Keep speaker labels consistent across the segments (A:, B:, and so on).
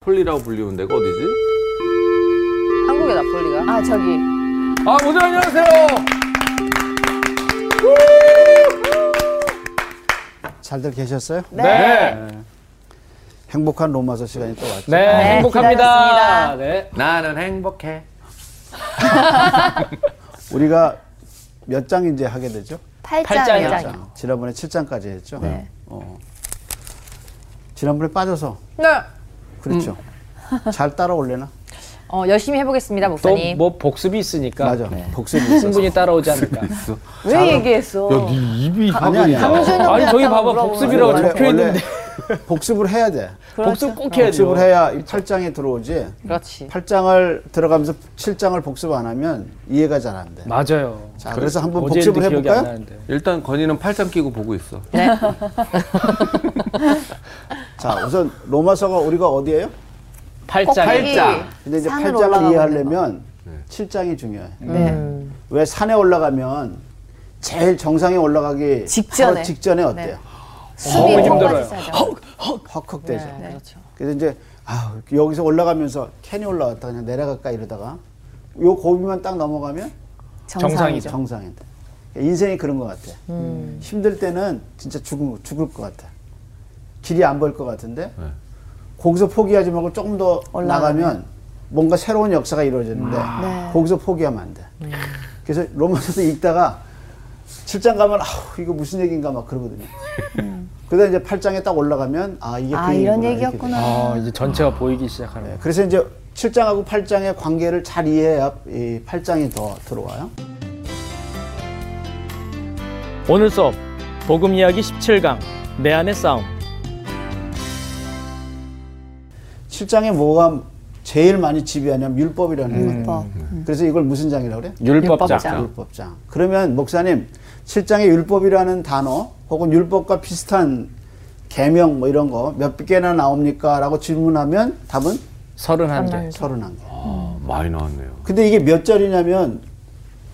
A: 나폴리라고 불리는 데가 어디지?
B: 한국의 나폴리가? 아 저기
A: 아, 모두 안녕하세요.
C: 잘들 계셨어요?
A: 네. 네.
C: 행복한 로마서 시간이 또 왔죠.
D: 네,
B: 네,
D: 행복합니다.
B: 기다렸습니다.
D: 네.
A: 나는 행복해.
C: 우리가 몇 장 이제 하게 되죠?
D: 팔짱이요.
B: 8장이요.
C: 장. 지난번에 7장까지 했죠. 어. 지난번에 빠져서
B: 네.
C: 그렇죠.
D: 음.
C: 잘 따라올래나?
B: 어, 열심히 해보겠습니다,
D: 또
B: 목사님.
D: 뭐 복습이 있으니까
C: 맞아. 복습이 있어서.
D: 네. 충분히 따라오지 않을까.
B: 왜 얘기했어?
A: 야, 네 입이
C: 아니 아니야.
D: 아니 저기 봐봐 복습이라고
C: 원래-
D: 적혀 있는데 그렇죠.
C: 원래 복습을 해야 돼.
D: 복습 꼭 해야죠.
C: 복습을 해야 이 8장에 들어오지.
B: 그렇지.
C: 8장을 들어가면서 7장을 복습 안 하면 이해가 잘 안 돼.
D: 맞아요.
C: 자, 그래서 한번
D: 그렇죠. 어제도
C: 복습을
D: 기억이 안
C: 해볼까요?
D: 나는데.
A: 일단 건이는 팔짱 끼고 보고 있어.
B: 네.
C: 자, 우선 로마서가 우리가 어디예요?
D: 팔짱.
B: 팔짱.
A: 팔짱.
C: 근데 이제
E: 산으로 네. 음.
C: 8장을
E: 올라가고
C: 이해하려면 7장이 중요해.
E: 네.
C: 음. 왜 산에 올라가면 제일 정상에 올라가기
E: 직전에. 네.
C: 바로 직전에 어때요?
E: 숨이
D: 어,
E: 턱
D: 힘들어요.
E: 빠지잖아요. 네.
C: 헉헉대죠.
B: 그렇죠.
C: 그래서 이제 아, 여기서 올라가면서 캔이 올라왔다 그냥 내려갈까 이러다가 요 고비만 딱 넘어가면
D: 정상이죠.
C: 네, 정상인데 그러니까 인생이 그런 것 같아. 힘들 때는 진짜 죽을 죽을 것 같아. 길이 안 보일 것 같은데 거기서 포기하지 말고 조금 더 나가면 뭔가 새로운 역사가 이루어지는데 거기서 포기하면 안 돼. 그래서 로마서도 읽다가 7장 가면 아우 이거 무슨 얘기인가 막 그러거든요. 그다음 이제 8장에 딱 올라가면 아 이게
E: 아,
C: 그
E: 이런
C: 얘기구나, 이렇게
E: 얘기였구나.
D: 아 이제 전체가 보이기 시작하는
C: 네,
D: 거.
C: 그래서 이제 7장하고 8장의 관계를 잘 이해해야 이 8장이 더 들어와요. 네.
D: 오늘 수업 복음 이야기 17강 내 안의 싸움.
C: 7장에 뭐가 제일 많이 지배하냐면 율법이라는 거예요. 음.
E: 법.
C: 그래서 이걸 무슨 장이라고 그래요?
D: 율법장.
E: 율법장.
C: 율법장. 그러면 목사님 7장의 율법이라는 단어 혹은 율법과 비슷한 계명 뭐 이런 거 몇 개나 나옵니까? 라고 질문하면 답은
D: 서른 한
E: 음.
D: 개.
C: 31개.
A: 아, 많이 나왔네요.
C: 근데 이게 몇 절이냐면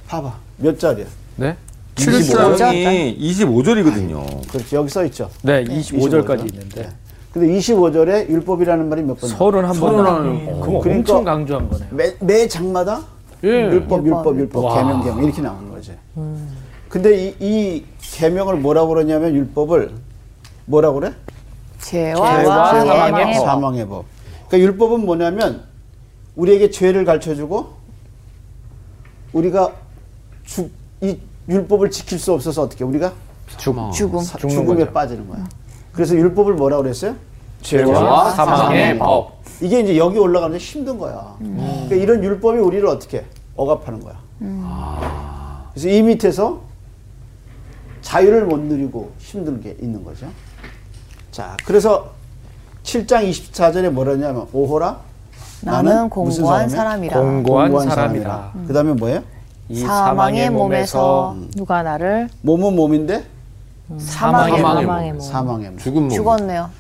C: 봐봐. 몇 절이야?
D: 네.
A: 7장이 25절이거든요.
C: 그렇지. 여기 써 있죠.
D: 네, 25절까지
C: 25절.
D: 있는데
C: 네. 근데 25절에 율법이라는 말이 몇 번? 나와요?
D: 서른 한 번.
A: 서른
D: 나와요.
A: 한 번.
D: 어, 그럼
C: 그러니까-
D: 엄청 강조한 거네요.
C: 매, 매 장마다
D: 예.
C: 율법, 율법, 율법, 계명, 계명 이렇게 나오는 거지.
E: 음.
C: 근데 이, 이 계명을 뭐라고 그러냐면 율법을 뭐라고 그래?
E: 네, 죄와
D: 죄와
E: 사망의
D: 사망의
E: 법.
C: 사망의 법. 그러니까 율법은 뭐냐면 우리에게 죄를 가르쳐주고 우리가 주, 이 율법을 지킬 수 없어서 어떻게 우리가
A: 죽음.
E: 죽음.
C: 사-
D: 죽는
C: 죽음에
D: 거죠.
C: 빠지는 거야. 그래서 율법을 뭐라고 그랬어요? 아,
D: 죄와 사망의 법.
C: 이게 이제 여기 올라가는데 힘든 거야.
D: 음.
C: 그러니까 이런 율법이 우리를 어떻게 해? 억압하는 거야.
E: 음.
D: 아.
C: 그래서 이 밑에서 자유를 못 누리고 힘든 게 있는 거죠. 자, 그래서 7장 24절에 뭐라냐면 오호라
E: 나는
C: 무슨
E: 공고한
C: 사람이야?
E: 사람이라.
D: 공고한 사람이라.
C: 그다음에 뭐예요?
D: 이
E: 사망의 몸에서 누가 나를
C: 몸은 몸인데
E: 사망의,
A: 사망의
E: 몸.
A: 몸.
C: 사망의 몸.
A: 죽음 몸.
E: 죽었네요.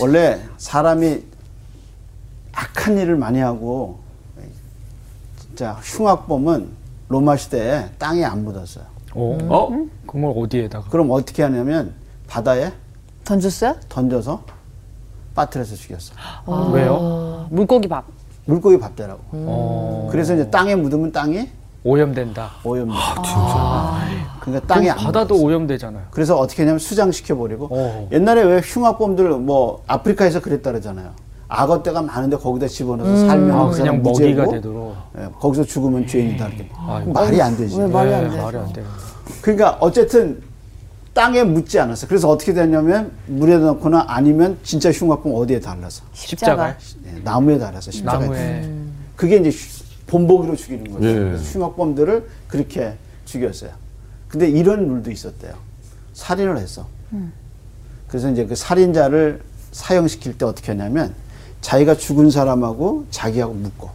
C: 원래 사람이 악한 일을 많이 하고 진짜 흉악범은 로마 시대에 땅에 안 묻었어요.
D: 어?
A: 어?
E: 음.
D: 그걸 어디에다가?
C: 그럼 어떻게 하냐면 바다에
E: 던졌어요?
C: 던져서 빠뜨려서 죽였어.
E: 아.
D: 왜요?
B: 물고기 밥.
C: 물고기 밥대라고.
D: 어,
C: 그래서 이제 땅에 묻으면 땅이
D: 오염된다.
C: 오염돼. 그러니까 땅에 안
D: 바다도 오염되잖아요.
C: 그래서 어떻게 하냐면 수장시켜 버리고
D: 어.
C: 옛날에 왜 흉악범들 뭐 아프리카에서 그랬다 그러잖아요. 악어떼가 많은데 거기다 집어넣어서 살면
D: 아,
C: 그 사람
D: 그냥 먹이가
C: 무죄고,
D: 되도록. 아,
C: 예, 거기서 죽으면 죄인이다 이렇게 말이 안 되지.
D: 네,
C: 예.
D: 말이 안 돼. 음. 말이 안 돼.
C: 그러니까 어쨌든 땅에 묻지 않았어. 그래서 어떻게 됐냐면 물에 넣거나 아니면 진짜 흉악범 어디에 달라서
D: 십자가에.
C: 예, 나무에 달아서 십자가에.
D: 나무에.
C: 그게 이제 슈- 본보기로 죽이는 거죠.
A: 예.
C: 그래서 흉악범들을 그렇게 죽였어요. 근데 이런 룰도 있었대요. 살인을 했어. 그래서 이제 그 살인자를 사형시킬 때 어떻게 하냐면 자기가 죽은 사람하고 자기하고 묶어.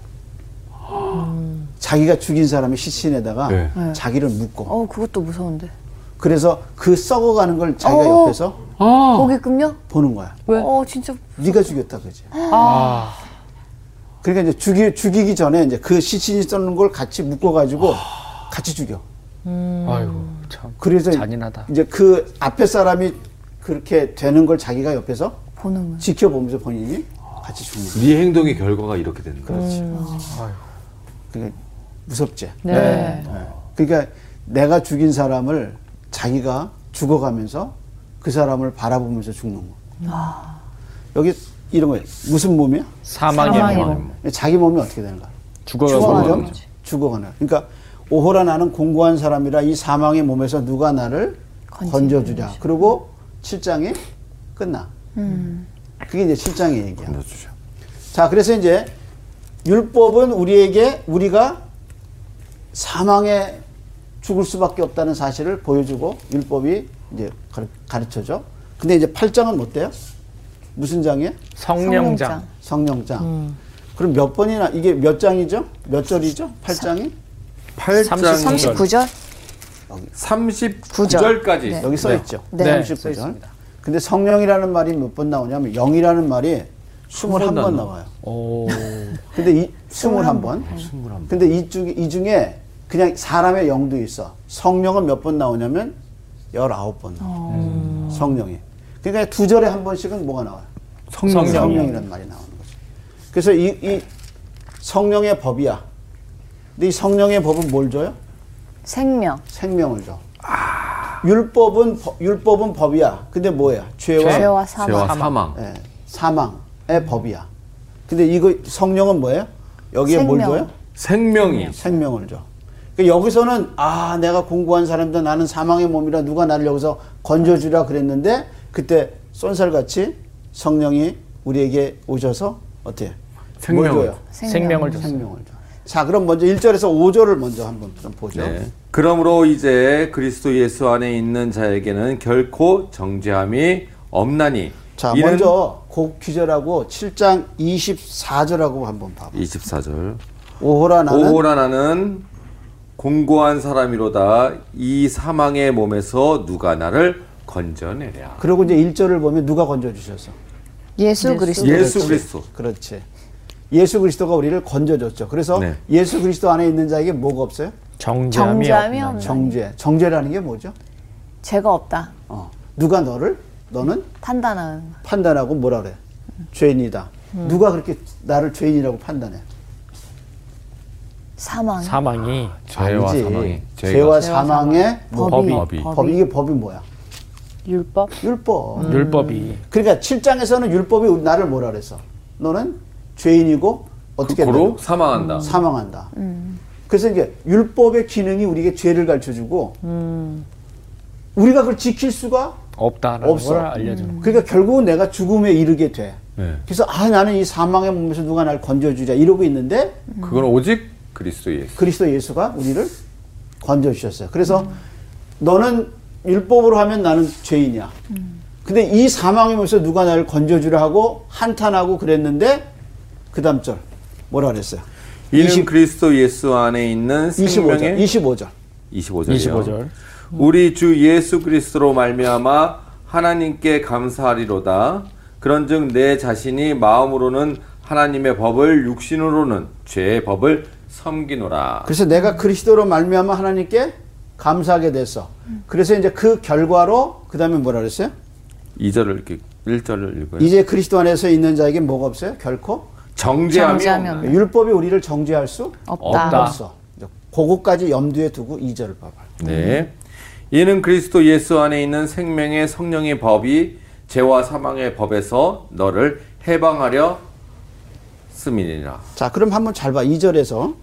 C: 자기가 죽인 사람의 시신에다가
A: 네.
C: 자기를 묶어.
E: 어, 그것도 무서운데.
C: 그래서 그 썩어가는 걸 자기가
E: 어.
C: 옆에서
D: 아!
E: 거기 끔요?
C: 보는 거야.
B: 왜?
E: 어, 진짜
C: 네가 죽였다 그지.
D: 아,
C: 그러니까 이제 죽이, 죽이기 전에 이제 그 시신이 썩는 걸 같이 묶어가지고 같이 죽여.
D: 아이고 참.
C: 그래서
D: 잔인하다.
C: 이제 그 앞에 사람이 그렇게 되는 걸 자기가 옆에서
E: 보는 거예요.
C: 지켜보면서 본인이 같이 죽는 거예요.
A: 네 행동의 결과가 이렇게 되는 거야.
E: 음.
C: 그게 무섭지.
E: 네.
C: 네. 그러니까 내가 죽인 사람을 자기가 죽어가면서 그 사람을 바라보면서 죽는 거. 아. 여기 이런 거예요. 무슨 몸이야?
D: 사망의 몸.
C: 자기 몸이 어떻게 되는가?
A: 죽어가는
C: 죽어가죠?
A: 거죠.
C: 죽어가는. 그러니까 오호라 나는 공고한 사람이라 이 사망의 몸에서 누가 나를 건져주랴. 그리고 7장이 끝나.
E: 음.
C: 그게 이제 7장의 얘기야.
A: 건져주죠.
C: 자, 그래서 이제 율법은 우리에게 우리가 사망에 죽을 수밖에 없다는 사실을 보여주고 율법이 이제 가르, 가르쳐줘. 근데 이제 8장은 못 돼요? 무슨 장이에요?
D: 성령장.
C: 성령장. 그럼 몇 번이나 이게 몇 장이죠? 몇 절이죠? 8장이?
A: 8장
E: 39절? 절.
A: 39절까지
E: 네.
C: 여기 써 있죠.
E: 네.
D: 네,
C: 39 절. 근데 성령이라는 말이 몇 번 나오냐면 영이라는 말이 21번 나와요.
D: 오.
C: 근데 이 21번. 근데 이 중에 이 중에 그냥 사람의 영도 있어. 성령은 몇 번 나오냐면 19번 나와요. 성령이. 그러니까 두 절에 한 번씩은 뭐가 나와요?
D: 성령.
C: 성령이라는 말이 나오는 거죠. 그래서 이, 이 성령의 법이야. 근데 이 성령의 법은 뭘 줘요?
E: 생명.
C: 생명을 줘. 아. 율법은 법- 율법은 법이야. 근데 뭐야? 죄와
D: 죄와
E: 죄와 아, 사망. 네.
A: 죄와 사망.
C: 예, 사망의 법이야. 근데 이거 성령은 뭐예요? 여기에 뭘
E: 생명.
C: 줘요?
A: 생명이
C: 생명을 줘. 그러니까 여기서는 아 내가 공부한 사람도 나는 사망의 몸이라 누가 나를 여기서 건져주라 그랬는데 그때 쏜살같이 성령이 우리에게 오셔서 어때?
A: 생명을
C: 뭘 줘요?
D: 생명을 줬어요.
C: 생명을 줘. 자 그럼 먼저 1절에서 5절을 먼저 한번 좀 보죠.
A: 네. 그러므로 이제 그리스도 예수 안에 있는 자에게는 결코 정죄함이 없나니
C: 자
A: 이는
C: 먼저 곡귀절하고 7장 24절하고 한번 봐봐.
A: 24절
C: 오호라 나는
A: 오호라 나는 공고한 사람이로다 이 사망의 몸에서 누가 나를 건져내랴
C: 그리고 이제 1절을 보면 누가 건져주셨어?
E: 예수 그리스도.
A: 예수 그리스도
C: 그렇지. 예수 그리스도가 우리를 건져줬죠. 그래서
A: 네.
C: 예수 그리스도 안에 있는 자에게 뭐가 없어요?
D: 정죄함이
E: 정죄함이
C: 아, 네.
D: 없나.
E: 없나.
C: 정죄. 정죄라는 게 뭐죠?
E: 죄가 없다.
C: 어. 누가 너를 너는
E: 판단하는.
C: 판단하고 뭐라 그래? 죄인이다. 누가 그렇게 나를 죄인이라고 판단해?
E: 사망.
D: 사망이
A: 죄와
C: 아니지.
A: 사망이
C: 죄와 사망의 뭐?
E: 법이.
A: 법이.
C: 법. 이게 법이 뭐야?
B: 율법?
C: 율법.
D: 율법이
C: 그러니까 7장에서는 율법이 나를 뭐라 그랬어? 너는 죄인이고 어떻게
A: 고로
C: 되고?
A: 사망한다
C: 사망한다. 그래서 이제 율법의 기능이 우리에게 죄를 가르쳐 주고 우리가 그걸 지킬 수가
D: 없다라는
C: 없어.
D: 걸 아, 알려주는
C: 그러니까 결국은 내가 죽음에 이르게 돼.
A: 네.
C: 그래서 아 나는 이 사망의 몸에서 누가 날 건져주자 이러고 있는데
A: 그건 오직 그리스도 예수
C: 그리스도 예수가 우리를 건져주셨어요. 그래서 너는 율법으로 하면 나는 죄인이야. 근데 이 사망의 몸에서 누가 나를 건져주라 하고 한탄하고 그랬는데 그 다음 절 뭐라 그랬어요?
A: 이는
C: 20
A: 그리스도 예수 안에 있는
C: 25절.
A: 생명의
C: 25절.
A: 25절이요.
D: 25 절.
A: 우리 주 예수 그리스도로 말미암아 하나님께 감사하리로다. 그런즉 내 자신이 마음으로는 하나님의 법을 육신으로는 죄의 법을 섬기노라.
C: 그래서 내가 그리스도로 말미암아 하나님께 감사하게 됐어. 그래서 이제 그 결과로 그 다음에 뭐라 그랬어요?
A: 2절을 이렇게 1절을
E: 네.
A: 읽어요.
C: 이제 그리스도 안에서 있는 자에게 뭐가 없어요? 결코
A: 정죄함이
E: 정죄함이
A: 없나요?
C: 율법이 우리를 정죄할 수
E: 네. 없다.
D: 없다.
C: 없어. 그거까지 염두에 두고 2절을 봐봐.
A: 네. 이는 그리스도 예수 안에 있는 생명의 성령의 법이 죄와 사망의 법에서 너를 해방하려 씀이니라.
C: 자, 그럼 한번 잘 봐. 2절에서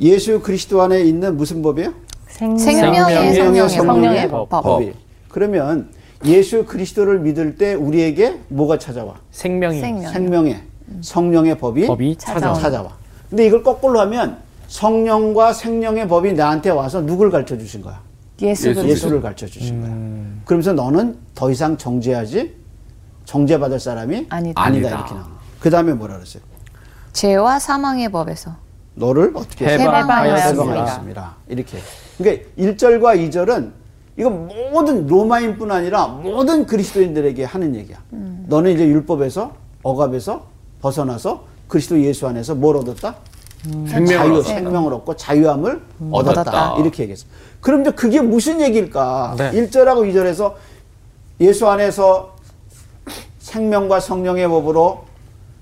C: 예수 그리스도 안에 있는 무슨 법이에요?
B: 생명.
E: 생명의
C: 성령의
E: 성령의,
B: 성령의
E: 법.
D: 법.
C: 법이. 그러면 예수 그리스도를 믿을 때 우리에게 뭐가 찾아와?
D: 생명이
E: 생명.
C: 생명의 성령의 법이,
D: 법이
E: 찾아와.
C: 찾아와. 근데 이걸 거꾸로 하면 성령과 생명의 법이 나한테 와서 누굴 가르쳐 주신 거야?
E: 예수 그리스도.
C: 예수를 가르쳐 주신 거야.
E: 음.
C: 그러면서 너는 더 이상 정죄하지 정죄받을 사람이
E: 아니다.
C: 아니다,
A: 아니다.
C: 이렇게 나온 거야. 그 다음에 뭐라 그랬어요?
E: 죄와 사망의 법에서.
C: 너를 어떻게 해서
D: 해방하였습니다.
C: 해방하였습니다. 이렇게. 그러니까 1절과 2절은 이거 모든 로마인뿐 아니라 모든 그리스도인들에게 하는 얘기야.
A: 음.
C: 너는 이제 율법에서 억압에서 벗어나서 그리스도 예수 안에서 뭘 얻었다? 자유,
A: 음. 생명을 음.
C: 생명을 얻고 자유함을 얻었다.
A: 얻었다.
C: 이렇게 얘기했어. 그럼 이제 그게 무슨 얘기일까?
D: 네.
C: 1절하고 2절에서 예수 안에서 생명과 성령의 법으로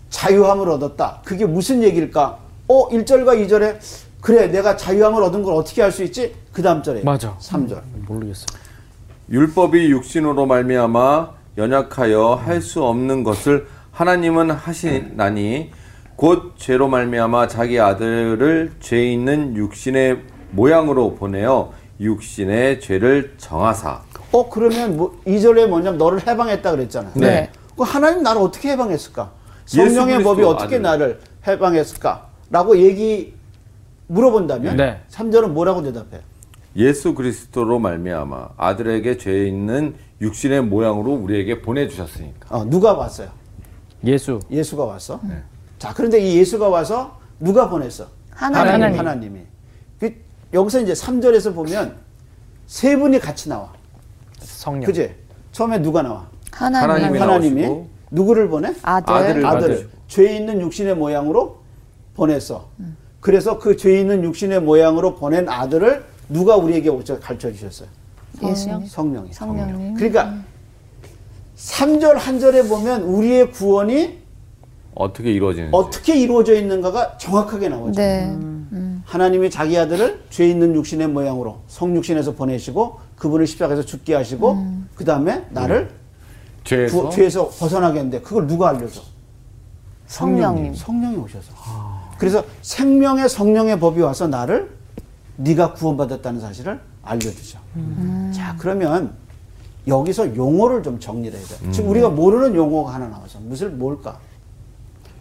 C: 자유함을 얻었다. 그게 무슨 얘기일까? 어, 1절과 2절에 그래, 내가 자유함을 얻은 걸 어떻게 알 수 있지? 그 다음 절에.
D: 맞아.
C: 3절.
D: 모르겠어.
A: 율법이 육신으로 말미암아 연약하여 할 수 없는 것을 하나님은 하시나니 곧 죄로 말미암아 자기 아들을 죄 있는 육신의 모양으로 보내어 육신의 죄를 정하사
C: 어, 그러면 뭐, 2절에 뭐냐면 너를 해방했다 그랬잖아요.
E: 네.
C: 그 하나님 나를 어떻게 해방했을까?
A: 예수
C: 성령의
A: 그리스도
C: 법이 어떻게
A: 아들.
C: 나를 해방했을까? 라고 얘기 물어본다면
D: 네.
C: 3절은 뭐라고 대답해요?
A: 예수 그리스도로 말미암아 아들에게 죄 있는 육신의 모양으로 우리에게 보내 주셨으니까
C: 어, 누가 왔어요?
D: 예수.
C: 예수가 왔어.
A: 네.
C: 자, 그런데 이 예수가 와서 누가 보냈어?
E: 하나님.
C: 하나님. 하나님이. 그 여기서 이제 3절에서 보면 세 분이 같이 나와.
D: 성령.
C: 그지? 처음에 누가 나와?
E: 하나님.
A: 하나님이 나와.
C: 하나님이
A: 나오시고.
C: 누구를 보내?
E: 아들.
A: 아들을
C: 아들.
A: 받으시고.
C: 죄 있는 육신의 모양으로 보냈어.
E: 음.
C: 그래서 그 죄 있는 육신의 모양으로 보낸 아들을 누가 우리에게 가르쳐 주셨어요?
E: 예수님.
C: 성령이.
E: 성령님. 네.
C: 그러니까 3절 한절에 보면 우리의 구원이
A: 어떻게 이루어지는지
C: 네. 어떻게 이루어져 있는가가 정확하게 나오죠.
E: 네.
C: 하나님이 자기 아들을 죄 있는 육신의 모양으로 성육신에서 보내시고 그분을 십자가에서 죽게 하시고 그 다음에 나를
A: 죄에서
C: 구- 죄에서 벗어나게 했는데 그걸 누가 알려줘?
E: 성령님.
C: 성령이 오셔서. 그래서 생명의 성령의 법이 와서 나를 네가 구원받았다는 사실을 알려주죠.
E: 음.
C: 자 그러면 여기서 용어를 좀 정리를 해야 돼요. 지금 우리가 모르는 용어가 하나 나와서 무슨 뭘까?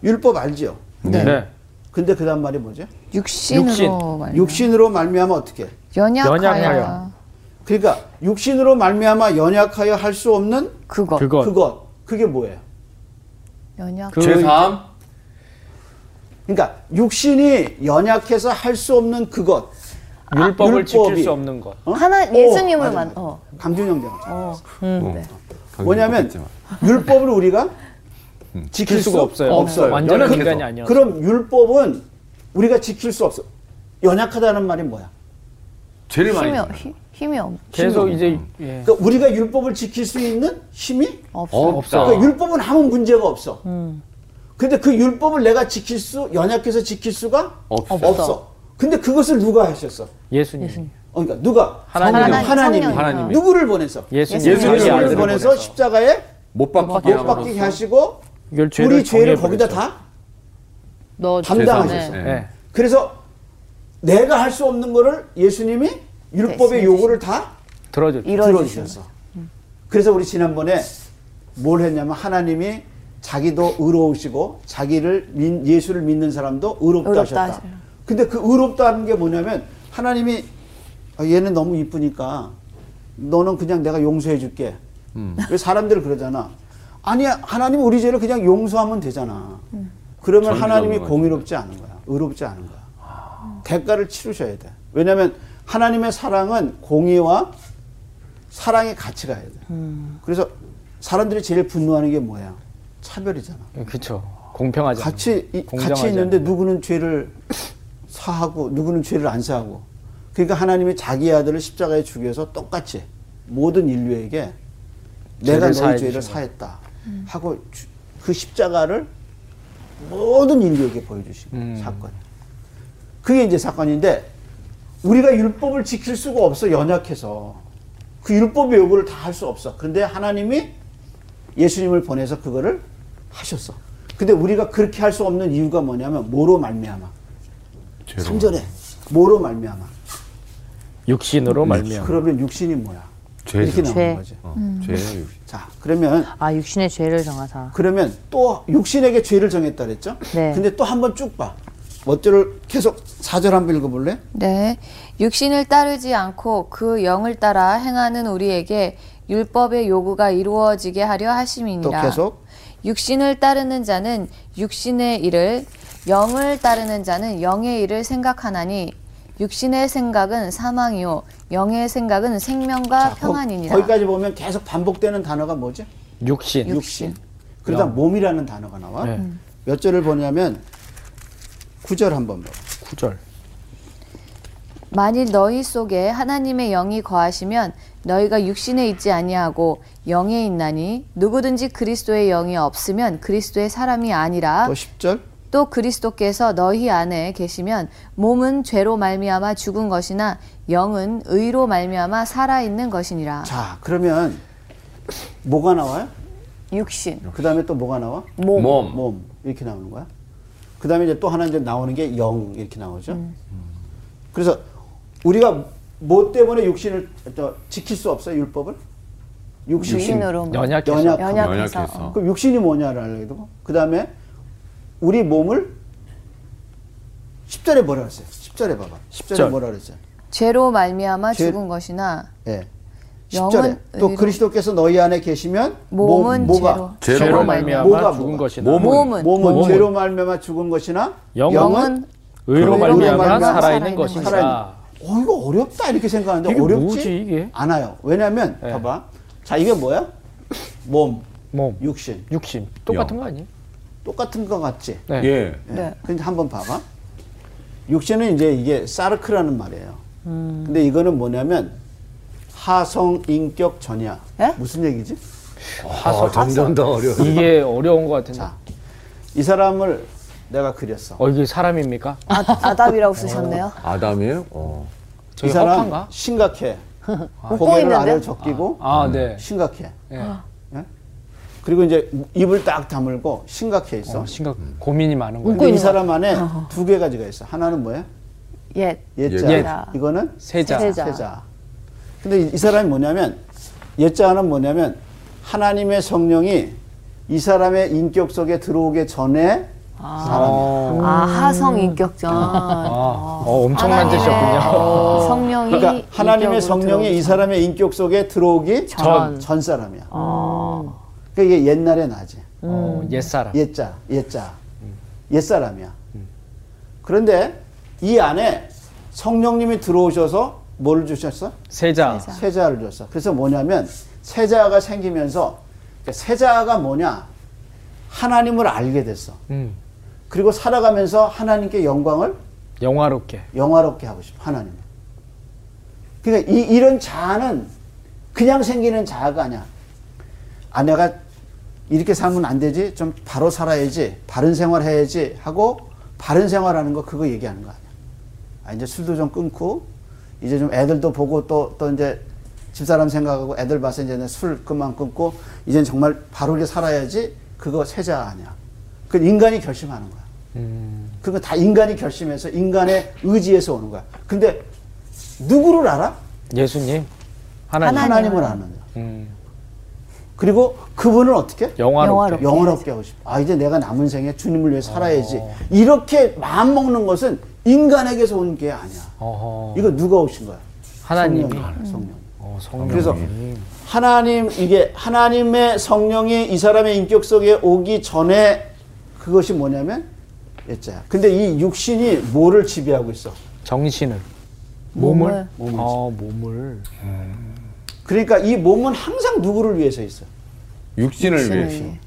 C: 율법 알지요?
D: 네.
C: 근데 그 다음 말이 뭐죠?
E: 육신으로
D: 육신.
E: 말미암아.
C: 육신으로 말미암아 어떻게? 해?
E: 연약하여.
D: 연약하여.
C: 그러니까 육신으로 말미암아 연약하여 할 수 없는
E: 그것.
D: 어, 그것.
C: 그것 그게 뭐예요?
E: 연약.
D: 그-
A: 죄 사함
C: 그러니까 육신이 연약해서 할 수 없는 그것 아,
D: 율법을
C: 율법이.
D: 지킬 수 없는 것.
C: 어?
E: 하나- 예수님을 만-
C: 맞아.
E: 어.
C: 강준영 장
A: 어. 강력히
C: 뭐냐면
A: 먹겠지만.
C: 율법을 우리가
D: 지킬 수가 없어요.
C: 없어요.
D: 완전한
C: 연약해서.
D: 인간이 아니어서.
C: 그럼 율법은 우리가 지킬 수 없어. 연약하다는 말이 뭐야?
A: 죄를 많이
E: 힘이,
A: 짓는
E: 힘- 힘이 없,
D: 계속 이제 예.
C: 그러니까 우리가 율법을 지킬 수 있는 힘이
E: 없어.
A: 거예요. 없다.
C: 그러니까 율법은 아무 문제가 없어.
D: 음.
C: 근데 그 율법을 내가 지킬 수 연약해서 지킬 수가
A: 없어.
C: 없어. 근데 그것을 누가 하셨어?
D: 예수님.
C: 어, 그러니까 누가
D: 하나님.
C: 성령, 하나님이
E: 성령.
A: 하나님이.
C: 누구를 보내서
D: 예수님.
A: 예수님을
D: 자기
C: 예수님을
D: 아들을
C: 보내서
D: 보내서.
C: 십자가에
A: 못 박히게
C: 못 박히게
A: 함으로써
C: 하시고
D: 이걸 죄를
C: 우리 죄를
D: 정해버렸죠.
C: 거기다 다
B: 너
C: 담당하셨어.
A: 네.
D: 예.
C: 그래서 내가 할 수 없는 거를 예수님이 율법의 요구를 다
D: 들어줬죠.
C: 들어주셨어. 그래서 우리 지난번에 뭘 했냐면 하나님이 자기도 의로우시고 자기를 민- 예수를 믿는 사람도 의롭다,
E: 의롭다
C: 하셨다.
E: 하시라.
C: 근데 그 의롭다는 게 뭐냐면 하나님이 아, 얘는 너무 이쁘니까 너는 그냥 내가 용서해 줄게.
A: 음.
C: 왜 사람들 그러잖아. 아니 하나님 우리 죄를 그냥 용서하면 되잖아. 그러면
A: 정의가
C: 하나님이
A: 없는 거지. 아.
C: 공의롭지 않은 거야. 의롭지 않은 거야. 대가를 치르셔야 돼. 왜냐하면 하나님의 사랑은 공의와 사랑이 같이 가야 돼. 그래서 사람들이 제일 분노하는 게 뭐야? 차별이잖아.
D: 그렇죠. 공평하지.
C: 같이 이- 같이 있는데 누구는 죄를 사하고 누구는 죄를 안 사하고. 그러니까 하나님이 자기 아들을 십자가에 죽여서 똑같이 모든 인류에게
D: 죄를
C: 내가
D: 사해
C: 너희 죄를
D: 주신 거예요.
C: 사했다 하고 주- 그 십자가를 모든 인류에게 보여주신
D: 음.
C: 사건. 그게 이제 사건인데 우리가 율법을 지킬 수가 없어 연약해서 그 율법의 요구를 다 할 수 없어. 그런데 하나님이 예수님을 보내서 그거를 하셨어. 근데 우리가 그렇게 할 수 없는 이유가 뭐냐면 뭐로 말미암아.
A: 죄로.
C: 삼절에 뭐로 말미암아.
D: 육신으로
C: 네.
D: 말미암아.
C: 그러면 육신이 뭐야?
A: 죄죠.
C: 이렇게 나오는
B: 죄.
C: 거지.
A: 어, 죄예요.
C: 자, 그러면
B: 아 육신의 죄를 정하사.
C: 그러면 또 육신에게 죄를 정했다 그랬죠?
B: 네.
C: 근데 또 한번 쭉 봐. 어쩌를 계속 사절 한번 읽어 볼래?
E: 네. 육신을 따르지 않고 그 영을 따라 행하는 우리에게 율법의 요구가 이루어지게 하려 하심이니라.
C: 또 계속.
E: 육신을 따르는 자는 육신의 일을 영을 따르는 자는 영의 일을 생각하나니 육신의 생각은 사망이요 영의 생각은 생명과 아, 평안이니라.
C: 거기까지 보면 계속 반복되는 단어가 뭐지?
D: 육신.
E: 육신. 음.
C: 그러다 몸이라는 단어가 나와.
D: 네.
C: 몇 절을 보냐면 구절 한번 봐.
D: 구절.
E: 만일 너희 속에 하나님의 영이 거하시면 너희가 육신에 있지 아니하고 영에 있나니 누구든지 그리스도의 영이 없으면 그리스도의 사람이 아니라
C: 또 10절.
E: 또 그리스도께서 너희 안에 계시면 몸은 죄로 말미암아 죽은 것이나 영은 의로 말미암아 살아 있는 것이니라.
C: 자, 그러면 뭐가 나와요?
E: 육신.
C: 그 다음에 또 뭐가 나와?
A: 몸. 몸.
C: 몸 이렇게 나오는 거야. 그 다음에 이제 또 하나 이제 나오는 게 영 이렇게 나오죠. 그래서 우리가 뭐 때문에 육신을 저, 지킬 수 없어요 율법을? 육신.
B: 육신으로 뭐.
D: 연약해서.
C: 연약함.
B: 연약해서.
A: 연약해서.
C: 그럼 육신이 뭐냐를 알게 되고 그 다음에 우리 몸을 10절에 뭐라 그랬어요? 10절에 봐봐. 10절에
D: 십 절.
C: 뭐라 그랬어요?
E: 죄로 말미암아
C: 죄-
E: 죽은 것이나
C: 예.
E: 영은
C: 10절에 또
E: 의로-
C: 그리스도께서 너희 안에 계시면
E: 몸은
C: 몸,
E: 죄로-
C: 뭐가?
A: 죄로
D: 죄로
A: 말미암아
D: 말미암아
C: 뭐가
D: 죽은
C: 뭐가?
D: 것이나
A: 몸은-
E: 몸은,
C: 몸은,
D: 몸은
C: 죄로 말미암아 죽은 것이나
D: 영은
E: 영은
D: 의로
C: 의로
D: 말미암아
C: 말미암아
D: 살아있는
E: 살아있는
D: 것이다.
C: 그러니까 살아있는. 어 이거 어렵다 이렇게 생각하는데
D: 이게
C: 어렵지
D: 뭐지, 이게?
C: 않아요. 왜냐하면
D: 네.
C: 봐봐. 자 이게 뭐야? 몸,
D: 몸,
C: 육신
D: 육신 똑같은 거 아니에요?
C: 똑같은 것 같지?
D: 네.
A: 예.
E: 네.
C: 근데 한번 봐봐. 육신은 이제 이게 사르크라는 말이에요.
D: 음.
C: 근데 이거는 뭐냐면 하성 인격 전야.
B: 예?
C: 무슨 얘기지?
A: 아, 점점 더 어려워.
D: 이게 어려운 것 같은데.
C: 자, 이 사람을 내가 그렸어.
D: 어 이게 사람입니까?
B: 아, 아답이라고 쓰셨네요.
A: 아담이에요? 어.
D: 저
C: 이
D: 게
C: 사람
D: 허파인가?
C: 심각해. 고개를 아래로 적기고
D: 아 네.
C: 심각해.
D: 네.
C: 예? 그리고 이제 입을 딱 다물고 심각해 있어.
D: 어, 심각
C: 음.
D: 고민이 많은 거예요.
C: 근데 이 사람 안에 두 개 가지가 있어. 하나는 뭐야?
B: 예.
C: 예자.
D: 옛.
C: 이거는
D: 세자.
B: 세자.
C: 세자. 근데 이, 이 사람이 뭐냐면 예자는 뭐냐면 하나님의 성령이 이 사람의 인격 속에 들어오기 전에
B: 아, 하성 인격전.
D: 아, 어, 엄청난 짓이었군요.
B: 어, 성령이
C: 그러니까 하나님의 성령이 이 사람의 인격 속에 들어오기
D: 전.
C: 전 사람이야.
B: 아.
C: 그러니까 이게 옛날에 나지.
D: 어, 옛사람.
C: 옛자, 옛자, 옛사람이야. 그런데 이 안에 성령님이 들어오셔서 뭘 주셨어?
D: 세자.
C: 세자를 줬어. 그래서 뭐냐면 세자가 생기면서 그러니까 세자가 뭐냐? 하나님을 알게 됐어.
D: 음,
C: 그리고 살아가면서 하나님께 영광을
D: 영화롭게.
C: 영화롭게 하고 싶어. 하나님. 그러니까 이 이런 자아는 그냥 생기는 자아가 아니야. 아 내가 이렇게 살면 안 되지. 좀 바로 살아야지. 바른 생활 해야지 하고 바른 생활하는 거 그거 얘기하는 거 아니야. 아 이제 술도 좀 끊고 이제 좀 애들도 보고 또 또 이제 집사람 생각하고 애들 봐서 이제 술 그만 끊고 이젠 정말 바로 이렇게 살아야지. 그거 세자 아니야. 그 인간이 결심하는 거야. 그거 그러니까 다 인간이 결심해서 인간의 의지에서 오는 거야. 근데 누구를 알아?
D: 예수님. 하나님.
C: 하나님을, 아는 거야.
D: 음,
C: 그리고 그분을 어떻게?
D: 영화롭게.
B: 영화롭게.
C: 영원롭게 하고 싶어. 아 이제 내가 남은 생에 주님을 위해 살아야지. 이렇게 마음 먹는 것은 인간에게서 온 게 아니야.
D: 어허.
C: 이거 누가 오신 거야?
D: 하나님이.
C: 성령. 성령.
D: 어, 성령.
C: 그래서 하나님 이게 하나님의 성령이 이 사람의 인격 속에 오기 전에 그것이 뭐냐면 예자. 근데 이 육신이 뭐를 지배하고 있어?
D: 정신을. 몸을.
C: 몸을.
D: 아, 몸을.
C: 그러니까 이 몸은 항상 누구를 위해서 있어요.
A: 육신을
E: 육신을
A: 위해.
E: 위해.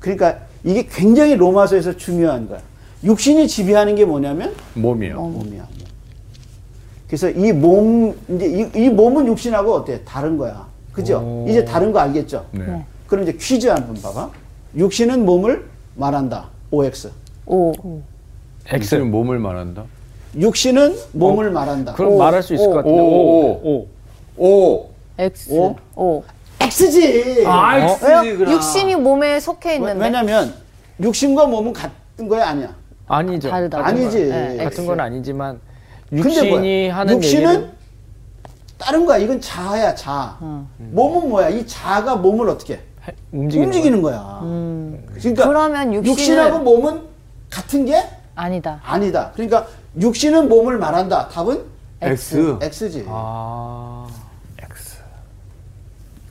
C: 그러니까 이게 굉장히 로마서에서 중요한 거야. 육신이 지배하는 게 뭐냐면
A: 몸이요.
C: 몸이야. 몸. 그래서 이 몸, 이제 이, 이 몸은 육신하고 어때? 다른 거야. 그죠?
D: 오.
C: 이제 다른 거 알겠죠?
A: 네. 네.
C: 그럼 이제 퀴즈 한번 봐봐. 육신은 몸을 말한다. OX.
B: 오.
A: 육신은
D: 엑셀.
A: 몸을 말한다.
C: 육신은 몸을 말한다.
D: 어, 그럼 말할 수 있을 것 같은데.
A: 오,
D: 오,
A: 오.
D: 오.
A: 오.
B: X.
C: 오.
B: 오.
D: 아,
C: X지!
D: 어?
E: 육신이 몸에 속해 아, 있는데
C: 왜냐면 육신과 몸은 같은 거야? 아니야.
D: 아니죠.
B: 다르다고.
C: 아니지.
B: 네,
D: 같은 건 아니지만
C: 근데 뭐야?
D: 육신이 하는
C: 육신은
D: 얘기는
C: 다른 거야. 이건 자아야, 자아. 몸은 뭐야? 이 자아가 몸을 어떻게 해?
D: 해- 음. 움직이는, 음.
C: 움직이는 거야. 그러니까
E: 그러면 육신은-
C: 육신하고 몸은 같은 게
B: 아니다.
C: 아니다. 그러니까 육신은 몸을 말한다. 답은
A: X.
C: X지.
D: 거야. 아.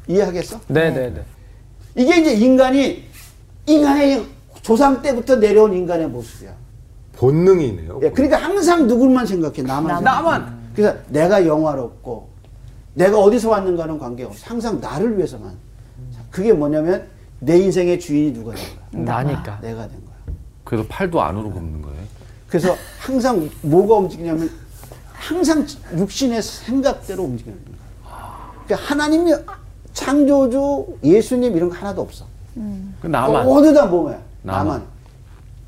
C: 이해하겠어?
D: 네, 네, 네.
C: 이게 이제 인간이 인간의 조상 때부터 내려온 인간의 모습이야.
A: 본능이네요.
C: 예, 그러니까 항상 누굴만 생각해. 나만. 나만. 그래서 내가 영화롭고 내가 어디서 왔는가는 관계없이 항상 나를 위해서만. 자, 그게 뭐냐면 내 인생의 주인이 누가 된 거야.
D: 음. 나니까.
C: 내가 된 거야.
A: 그래서 팔도 안으로 굽는 거예요.
C: 그래서 항상 뭐가 움직이냐면 항상 육신의 생각대로 움직이는 거예요. 그러니까 하나님이 창조주, 예수님 이런 거 하나도 없어.
D: 아,
A: 그 나만.
C: 모두 다 몸에
A: 나만.
C: 나만.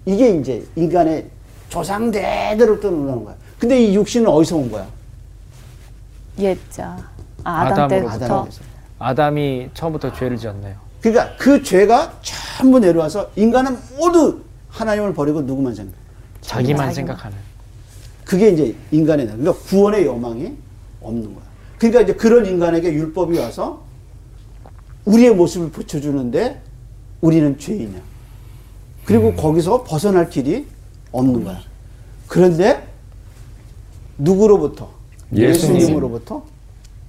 C: 이게 이제 인간의 조상대대로부터 놀라는 거야. 근데 이 육신은 어디서 온 거야?
B: 옛자 아, 아담
D: 아담으로부터.
E: 네,
B: 때부터
E: 그렇죠.
C: 아담에서.
D: 아담이 처음부터 죄를 지었네요.
C: 그러니까 그 죄가 전부 내려와서 인간은 모두 하나님을 버리고 누구만 생각.
D: 자기만
B: 자기만.
D: 생각하는.
C: 그게 이제 인간의 나- 그러니까 구원의 여망이 없는 거야. 그러니까 이제 그런 인간에게 율법이 와서 우리의 모습을 보여주는데 우리는 죄인이야. 그리고 거기서 벗어날 길이 없는 거야. 그런데 누구로부터?
A: 예수님.
C: 예수님으로부터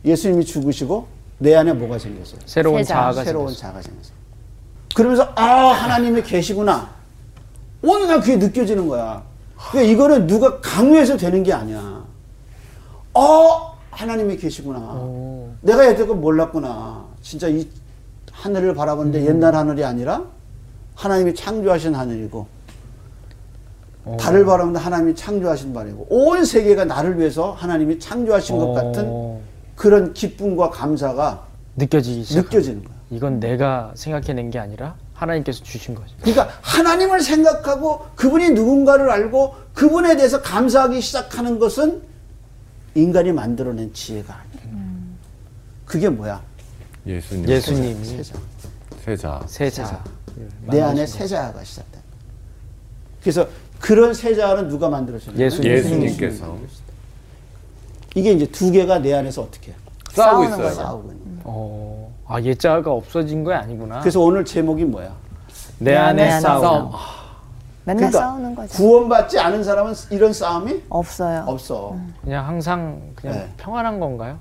C: 예수님이 죽으시고 내 안에 뭐가 생겼어요?
D: 새로운
B: 세상,
D: 자아가
C: 새로운
D: 생겼어요.
C: 자아가 생겼어. 그러면서 아 하나님이 계시구나. 온갖 그게 느껴지는 거야. 그러니까 이거는 누가 강요해서 되는 게 아니야. 어 하나님이 계시구나. 내가 여태껏 몰랐구나. 진짜 이 하늘을 바라보는데
D: 음.
C: 옛날 하늘이 아니라 하나님이 창조하신 하늘이고 달을 바라보는데 하나님이 창조하신 바이고 온 세계가 나를 위해서 하나님이 창조하신 것
D: 어.
C: 같은 그런 기쁨과 감사가
D: 느껴지기 시작.
C: 느껴지는 거야.
D: 이건 내가 생각해낸 게 아니라 하나님께서 주신 거죠.
C: 그러니까 하나님을 생각하고 그분이 누군가를 알고 그분에 대해서 감사하기 시작하는 것은 인간이 만들어낸 지혜가 아니야. 그게 뭐야?
A: 예수님.
D: 예수님이
C: 세상.
A: 음. 세자.
D: 네, 새 자.
A: 네,
C: 내 안에 세자가 시작된. 거야. 그래서 그런 세자는 누가 만들어주냐?
D: 예수님.
A: 예수님께서
C: 이게 이제 두 개가 내 안에서 어떻게 해요?
A: 싸우고
B: 싸우는
A: 있어요. 음.
C: 싸우고 있는. 거야.
D: 어, 아 예자가 없어진 거 아니구나.
C: 그래서 오늘 제목이 뭐야?
D: 내 아, 안에
B: 안에
D: 싸움.
B: 싸움. 맨날
C: 그러니까
B: 싸우는 거죠.
C: 구원받지 않은 사람은 이런 싸움이
B: 없어요.
C: 없어.
D: 그냥 항상 그냥
C: 네.
D: 평안한 건가요?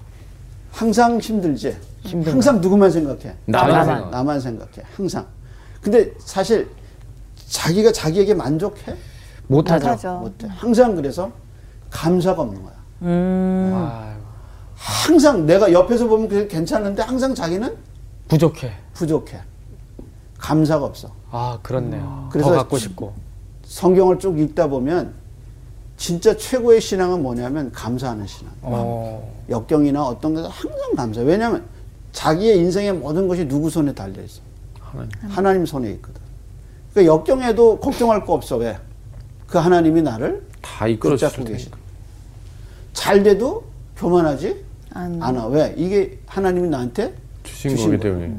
C: 항상 힘들지.
D: 힘든
C: 항상 누구만 생각해.
A: 나만
C: 나만,
A: 생각해.
C: 나만 생각해. 항상. 근데 사실 자기가 자기에게 만족해?
D: 못하죠.
B: 못하죠.
C: 못해. 항상 그래서 감사가 없는 거야.
D: 아유,
C: 항상 내가 옆에서 보면 그게 괜찮은데 항상 자기는
D: 부족해.
C: 부족해. 감사가 없어.
D: 아 그렇네요.
C: 그래서
D: 더 갖고
C: 지-
D: 싶고.
C: 성경을 쭉 읽다 보면 진짜 최고의 신앙은 뭐냐면 감사하는 신앙.
D: 어,
C: 역경이나 어떤 것에 항상 감사해. 왜냐하면 자기의 인생의 모든 것이 누구 손에 달려 있어.
A: 하나님.
C: 하나님 손에 있거든. 그러니까 역경에도 걱정할 거 없어 왜? 그 하나님이 나를
A: 다 이끌어
C: 붙잡고
A: 주실
C: 계시.
A: 테니까.
C: 잘 돼도 교만하지
B: 안-
C: 않아. 왜? 이게 하나님이 나한테
A: 주신
C: 주신
A: 거기
C: 거예요.
A: 때문에.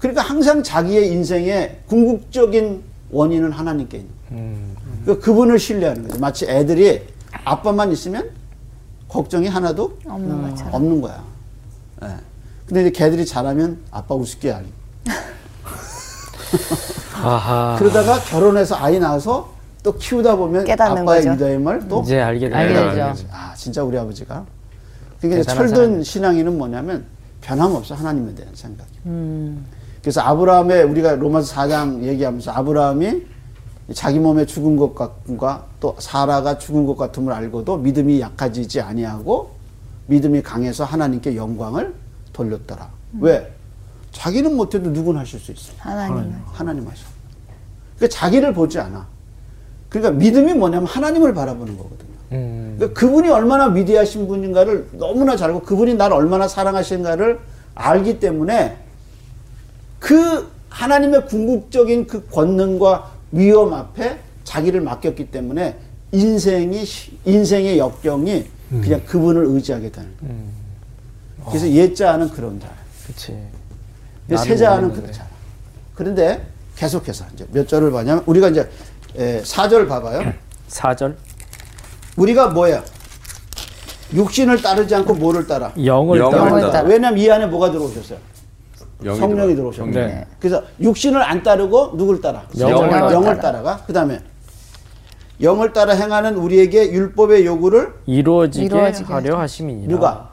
C: 그러니까 항상 자기의 인생의 궁극적인 원인은 하나님께 있는 거예요. 그러니까 그분을 신뢰하는 거죠. 마치 애들이 아빠만 있으면 걱정이 하나도
B: 없는 것처럼.
C: 없는 거야. 예. 근데 이제 걔들이 자라면 아빠 우습게 알고.
D: 아하.
C: 그러다가 결혼해서 아이 낳아서 또 키우다 보면
B: 깨닫는
C: 아빠의
B: 거죠.
C: 유다임을 또
D: 이제 알게
A: 알게
D: 되네요.
A: 되죠.
D: 알게 되죠.
C: 아 진짜 우리 아버지가 그게 이제
D: 대단한
C: 철든
D: 사람이다.
C: 신앙인은 뭐냐면 변함없어 하나님에 대한 생각이
B: 음.
C: 그래서 아브라함의 우리가 로마서 4장 얘기하면서 아브라함이 자기 몸에 죽은 것 같과 또 사라가 죽은 것 같음을 알고도 믿음이 약해지지 아니하고 믿음이 강해서 하나님께 영광을 돌렸더라
B: 음.
C: 왜 자기는 못해도 누군 하실 수 있어
B: 하나님.
C: 네. 하나님 하셔. 그러니까 자기를 보지 않아. 그러니까 믿음이 뭐냐면 하나님을 바라보는 거거든요.
D: 음,
C: 그러니까 그분이 얼마나 위대하신 분인가를 너무나 잘 알고 그분이 나를 얼마나 사랑하시는가를 알기 때문에 그 하나님의 궁극적인 그 권능과 위험 앞에 자기를 맡겼기 때문에 인생이 시- 인생의 역경이 그냥 그분을 의지하게 되는 거예요. 그래서 예자는 그런 자예요.
D: 그렇지.
C: 근데
D: 나를
C: 세자는
D: 모르는데.
C: 그렇잖아. 그런데 계속해서 이제 몇 절을 봐냐면 우리가 이제 에, 4절 봐봐요.
D: 4절
C: 우리가 뭐야? 육신을 따르지 않고 뭐를 따라?
D: 영을
A: 영을
D: 따라
A: 따라.
E: 따라.
C: 왜냐면 이 안에 뭐가 들어오셨어요?
A: 영이
C: 성령이
A: 들어와요.
C: 들어오셨네.
A: 성령.
D: 네.
C: 그래서 육신을 안 따르고 누굴 따라?
D: 영을
A: 따라.
C: 따라가. 그다음에 영을 따라 행하는 우리에게 율법의 요구를
D: 이루어지게,
E: 이루어지게
D: 하려 하심이니라.
C: 누가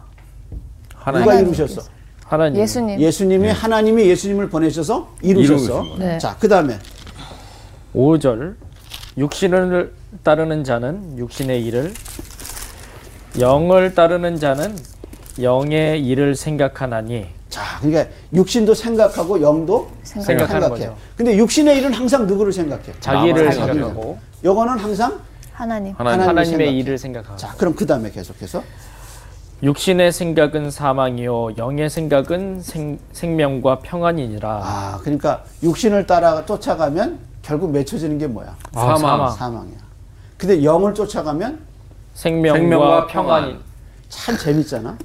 C: 누가
A: 하나님. 네.
C: 이루셨어?
D: 하나님.
E: 예수님.
C: 예수님이 하나님이 예수님을 보내셔서 이루셨어.
A: 이루신 거예요.
E: 네.
C: 자, 그다음에
D: 5절 육신을 따르는 자는 육신의 일을 영을 따르는 자는 영의 일을 생각하나니
C: 자, 그러니까 육신도 생각하고 영도
D: 생각하는
C: 생각해.
D: 거죠.
C: 근데 육신의 일은 항상 누구를 생각해?
D: 자기를
A: 나만
D: 생각하고
C: 영어는 항상
B: 하나님.
A: 하나님.
C: 하나님.
D: 하나님의
C: 생각.
D: 일을 생각하라.
C: 자, 그럼 그 다음에 계속해서
D: 육신의 생각은 사망이요 영의 생각은 생, 생명과 평안이니라.
C: 아, 그러니까 육신을 따라 쫓아가면 결국 맺혀지는 게 뭐야?
D: 아, 사망. 사망.
C: 사망이야. 근데 영을 쫓아가면
D: 생명과,
A: 생명과
D: 평안이
A: 평안.
C: 참 재밌잖아.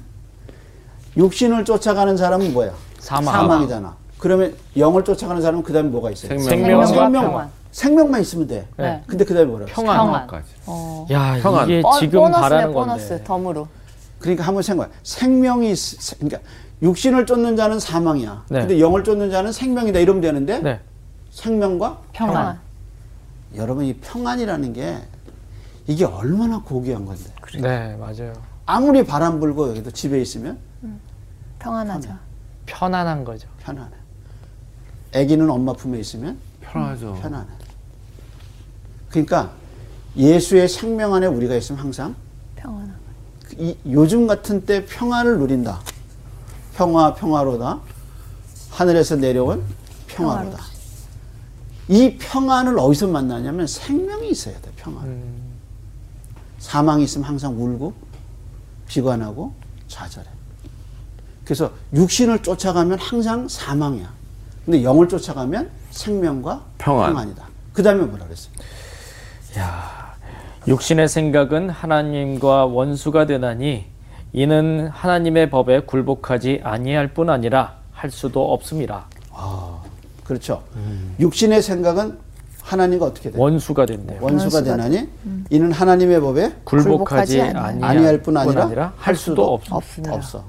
C: 육신을 쫓아가는 사람은 뭐야?
D: 사망.
C: 이잖아 그러면 영을 쫓아가는 사람은 그다음에 뭐가 있어요?
A: 생명.
D: 생명과
C: 생명.
B: 평안.
C: 생명만 있으면 돼.
B: 네.
C: 근데 그다음에 뭐라? 그래?
D: 평안.
A: 까지.
D: 야
A: 평안.
D: 이게
B: 어,
D: 지금
B: 보너스네,
D: 바라는
B: 보너스.
D: 건데.
B: 덤으로.
C: 그러니까 한번 생각해. 생명이 있- 세- 그러니까 육신을 쫓는 자는 사망이야.
D: 네.
C: 근데 영을 쫓는 자는 생명이다 이러면 되는데
D: 네.
C: 생명과
B: 평안.
C: 여러분 이 평안이라는 게 이게 얼마나 고귀한 건데.
D: 네 맞아요.
C: 아무리 바람 불고 여기도 집에 있으면
B: 평안하죠.
D: 편안한 거죠.
C: 편안해. 아기는 엄마 품에 있으면
D: 어.
A: 편하죠.
C: 편안해. 그러니까 예수의 생명 안에 우리가 있으면 항상
B: 평안한.
C: 그 이, 요즘 같은 때 평안을 누린다. 평화 평화로다. 하늘에서 내려온 평화로다. 이 평안을 어디서 만나냐면 생명이 있어야 돼. 평안.
D: 음,
C: 사망이 있으면 항상 울고 비관하고 좌절해. 그래서 육신을 쫓아가면 항상 사망이야. 근데 영을 쫓아가면 생명과
A: 평안.
C: 평안이다. 그 다음에 뭐라 그랬어요?
D: 육신의 생각은 하나님과 원수가 되나니 이는 하나님의 법에 굴복하지 아니할 뿐 아니라 할 수도 없음이라.
C: 아, 그렇죠. 육신의 생각은 하나님과 어떻게 돼?
D: 원수가 된대요.
C: 원수가 되나니
D: 음.
C: 이는 하나님의 법에
D: 굴복하지
B: 굴복하지
D: 아니할
C: 아니할 뿐 아니라,
D: 할 수도 없음.
B: 없습니다.
C: 없어.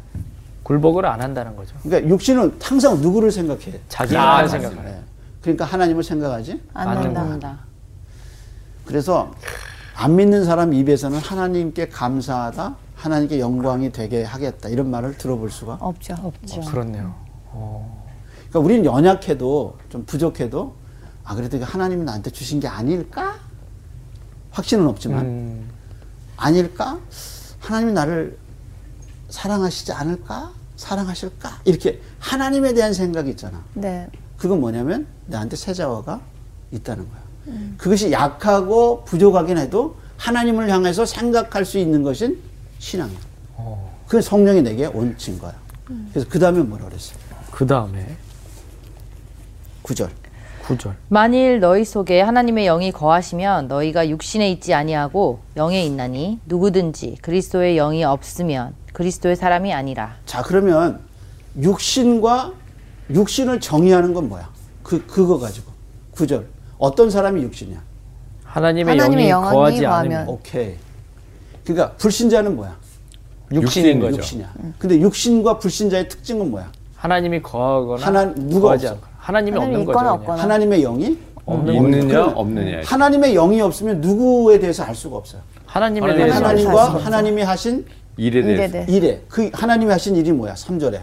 D: 굴복을 안 한다는 거죠.
C: 그러니까 육신은 항상 누구를 생각해?
D: 자기만 생각을.
C: 네. 그러니까 하나님을 생각하지
B: 안
D: 맞는
B: 된다.
C: 그래서 안 믿는 사람 입에서는 하나님께 감사하다, 하나님께 영광이 되게 하겠다 이런 말을 들어볼 수가.
B: 없죠. 없죠.
D: 그렇네요.
C: 그러니까 우리는 연약해도 좀 부족해도 아 그래도 이거 하나님이 나한테 주신 게 아닐까? 확신은 없지만
D: 음,
C: 아닐까? 하나님이 나를 사랑하시지 않을까? 사랑하실까? 이렇게 하나님에 대한 생각이 있잖아.
B: 네.
C: 그건 뭐냐면 나한테 새 자화가 있다는 거야. 그것이 약하고 부족하긴 해도 하나님을 향해서 생각할 수 있는 것인 신앙이야. 그 성령이 내게 온 증거야. 그래서 그 다음에 뭐라 그랬어요?
D: 그 다음에
C: 구절
D: 구절
F: 만일 너희 속에 하나님의 영이 거하시면 너희가 육신에 있지 아니하고 영에 있나니 누구든지 그리스도의 영이 없으면 그리스도의 사람이 아니라
C: 자, 그러면 육신과 육신을 정의하는 건 뭐야? 그, 그거 가지고. 구절 어떤 사람이 육신이야?
D: 하나님의,
E: 하나님의
D: 영이
E: 영혼이
D: 거하지
E: 거하면
D: 않으면
C: 오케이. 그러니까 불신자는 뭐야?
D: 육신인 거죠.
C: 육신이야. 근데 육신과 불신자의 특징은 뭐야?
D: 하나님이 거하거나
C: 하나- 누가
D: 거하지
C: 없어?
D: 않거나. 하나님이
B: 하나님이
D: 없는 거죠.
B: 있거나
D: 그냥.
B: 없거나.
C: 하나님의 영이
A: 어, 있느냐 없느냐.
C: 하나님의 영이 없으면 누구에 대해서 알 수가 없어요.
D: 하나님에
A: 하나님이
D: 대해서
A: 하나님-
C: 하나님과 하나님이 하신
A: 일에 대해서.
B: 일에 대해서. 네.
C: 일에 그 하나님이 하신 일이 뭐야? 3절에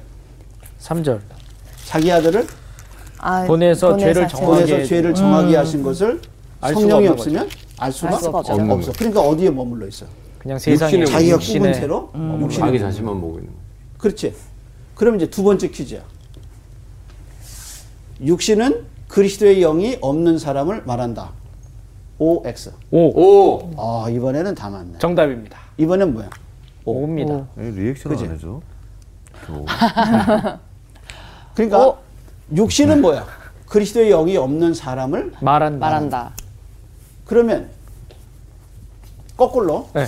D: 3절
C: 자기 아들을
B: 아,
D: 보내서 죄를
B: 하지
D: 정하게
B: 않-
C: 보내서 죄를 정하게 하신 것을
D: 알 수가
C: 성령이
D: 없는
C: 없으면 알 수가,
B: 알 수가
C: 없어.
B: 없죠.
A: 없는
C: 그러니까 어디에 머물러 있어?
D: 그냥 세상에
A: 육신의
C: 자기가
D: 육신의
C: 굽은 채로 육신에
A: 자기
C: 머물러.
A: 자신만 보고 있는.
C: 그렇지. 그럼 이제 두 번째 퀴즈야. 육신은 그리스도의 영이 없는 사람을 말한다. OX.
D: 오
A: 오.
C: 아, 이번에는 다 맞네.
D: 정답입니다.
C: 이번엔 뭐야?
D: 오입니다
A: 네, 리액션 안 해줘.
C: 그러니까 육신은 뭐야? 그리스도의 영이 없는 사람을
D: 말한다.
F: 말한다.
C: 그러면 거꾸로
D: 네.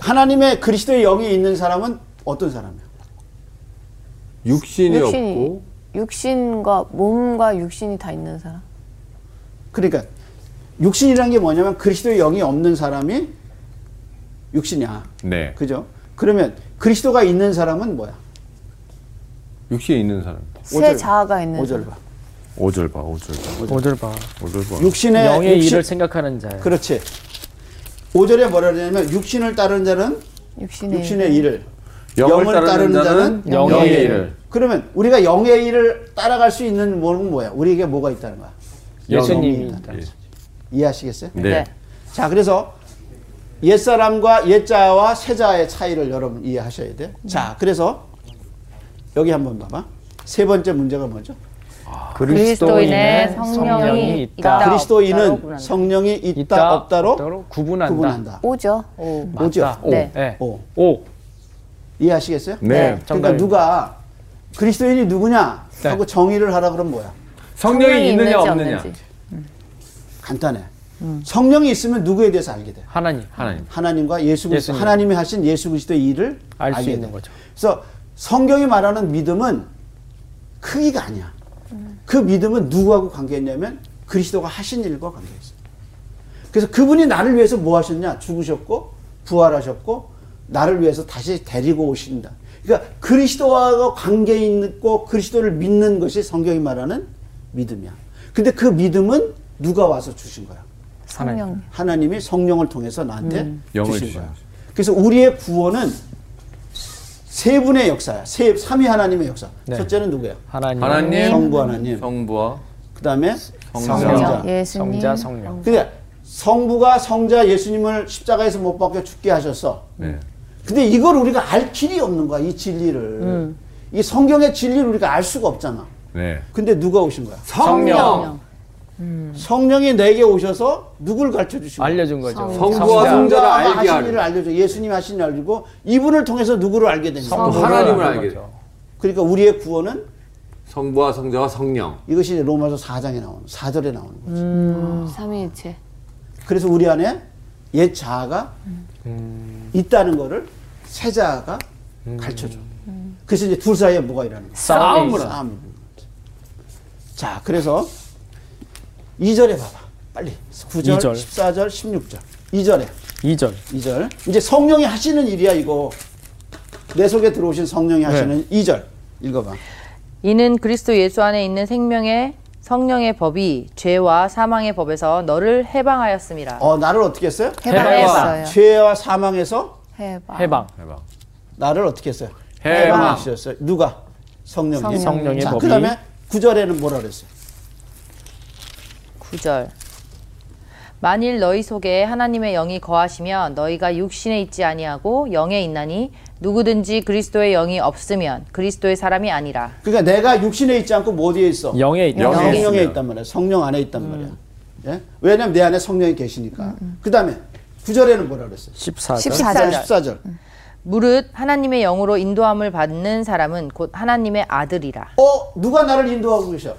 C: 하나님의 그리스도의 영이 있는 사람은 어떤 사람이야?
A: 육신이 없고
B: 육신이 육신과 몸과 육신이 다 있는 사람.
C: 그러니까 육신이라는 게 뭐냐면 그리스도의 영이 없는 사람이 육신이야.
A: 네.
C: 그죠? 그러면 그리스도가 있는 사람은 뭐야?
A: 육신이 있는 사람.
B: 새 자아가
E: 네.
B: 있는
C: 5절 봐.
A: 5절 봐. 5절 봐.
D: 5절 봐.
A: 5절 봐.
C: 육신의
D: 영의
C: 네, 육신-
D: 일을 생각하는 자예요.
C: 그렇지. 5절에 뭐라 그러냐면 육신을 따르는 자는
E: 네.
B: 육신의,
C: 육신의 일을
A: 영을 따르는 자는
D: 영의
A: 영의
D: 일을.
A: 일을.
C: 그러면 우리가 영의 일을 따라갈 수 있는 뭐는 뭐야? 우리에게 뭐가 있다는 거야?
D: 예수님이
A: 예.
C: 이해하시겠어요?
A: 네.
C: 자, 그래서 옛사람과 옛자와 새자의 차이를 여러분 이해하셔야 돼요. 자, 그래서 여기 한번 봐봐. 세 번째 문제가 뭐죠?
F: 그리스도인의
D: 아, 성령이
F: 성령이
D: 있다.
F: 있다. 없다로
C: 그리스도인은
F: 구분한다.
C: 성령이 있다,
D: 있다,
C: 없다로,
D: 없다로 구분한다.
C: 구분한다.
B: 오죠.
F: 오.
C: 뭐죠?
D: 맞다.
A: 오.
F: 네.
D: 네.
C: 오.
D: 오.
C: 이해하시겠어요?
A: 네. 네,
C: 그러니까
D: 정답입니다.
C: 누가 그리스도인이 누구냐
D: 네.
C: 하고 정의를 하라 그러면 뭐야?
A: 성령이,
B: 성령이
A: 있느냐
B: 있는지
A: 없느냐.
B: 없는지.
C: 간단해.
F: 음.
C: 성령이 있으면 누구에 대해서 알게 돼?
D: 하나님. 하나님.
C: 하나님과 예수 그리스도
D: 네. 예수님.
C: 하나님이 하신 예수 그리스도의 일을
D: 알수
C: 알게
D: 있는
C: 돼.
D: 거죠.
C: 그래서 성경이 말하는 믿음은 크기가 아니야. 그 믿음은 누구하고 관계했냐면 그리스도가 하신 일과 관계했어. 그래서 그분이 나를 위해서 뭐 하셨냐? 죽으셨고 부활하셨고 나를 위해서 다시 데리고 오신다. 그러니까 그리스도와 관계 있고 그리스도를 믿는 것이 성경이 말하는 믿음이야. 근데 그 믿음은 누가 와서 주신 거야?
B: 성령.
C: 하나님이 성령을 통해서 나한테
A: 영을
C: 주신
A: 주신
C: 거야.
A: 거죠.
C: 그래서 우리의 구원은 세 분의 역사야. 세 삼위 하나님의 역사.
D: 네.
C: 첫째는 누구예요?
D: 하나님.
A: 하나님,
C: 성부 하나님.
A: 성부와
C: 그다음에
A: 성자.
C: 성자.
B: 예수님.
D: 성자 성령.
C: 근데 성부가 성자 예수님을 십자가에서 못 박혀 죽게 하셨어.
A: 네.
C: 근데 이걸 우리가 알 길이 없는 거야. 이 진리를. 이 성경의 진리를 우리가 알 수가 없잖아.
A: 네.
C: 근데 누가 오신 거야?
A: 성령.
C: 성령이 내게 오셔서 누굴 가르쳐 주신 거야?
D: 알려준 거죠.
A: 성부와
D: 성자.
A: 성자를
C: 성자가
A: 알게
C: 하신 일을
A: 하는
C: 알려줘. 예수님이 하신 일을 알고 이분을 통해서 누구를 알게 되는 거야?
A: 성부. 하나님을 알게 돼요.
C: 그러니까 우리의 구원은
A: 성부와 성자와 성령.
C: 이것이 이제 로마서 4장에 나오는 4절에 나오는 거죠.
B: 아, 삼위일체.
C: 그래서 우리 안에 옛 자아가
A: 음.
C: 있다는 거를 새 자아가 가르쳐 줘. 그래서 이제 둘 사이에 뭐가 일어나는 거야?
D: 싸움이 있어.
C: 싸움이 있는 거죠. 자, 그래서 2절에 봐 봐. 빨리. 9절,
D: 이 절.
C: 14절, 16절. 2절에.
D: 2절.
C: 2절. 이제 성령이 하시는 일이야, 이거. 내 속에 들어오신 성령이
D: 네.
C: 하시는 이 2절. 읽어 봐.
F: 이는 그리스도 예수 안에 있는 생명의 성령의 법이 죄와 사망의 법에서 너를 해방하였습니다.
C: 어, 나를 어떻게 했어요?
E: 해방했어요.
C: 죄와 사망에서
B: 해방.
D: 해방.
A: 해방.
C: 나를 어떻게 했어요?
D: 해방.
C: 하셨어요. 누가? 성령이.
D: 성령이. 성령의
C: 자,
D: 법이.
C: 그다음에 구절에는 뭐라 그랬어요?
F: 9절. 만일 너희 속에 하나님의 영이 거하시면 너희가 육신에 있지 아니하고 영에 있나니 누구든지 그리스도의 영이 없으면 그리스도의 사람이 아니라.
C: 그러니까 내가 육신에 있지 않고 뭐 어디에 있어?
D: 영에 있다.
A: 영에
C: 성령에
A: 있으면.
C: 있단 말이야. 성령 안에 있단 말이야. 예? 왜냐면 내 안에 성령이 계시니까. 음. 그다음에 구절에는 뭐라 그랬어요?
D: 14절.
E: 14절.
C: 14절.
F: 무릇 하나님의 영으로 인도함을 받는 사람은 곧 하나님의 아들이라.
C: 어, 누가 나를 인도하고 계셔?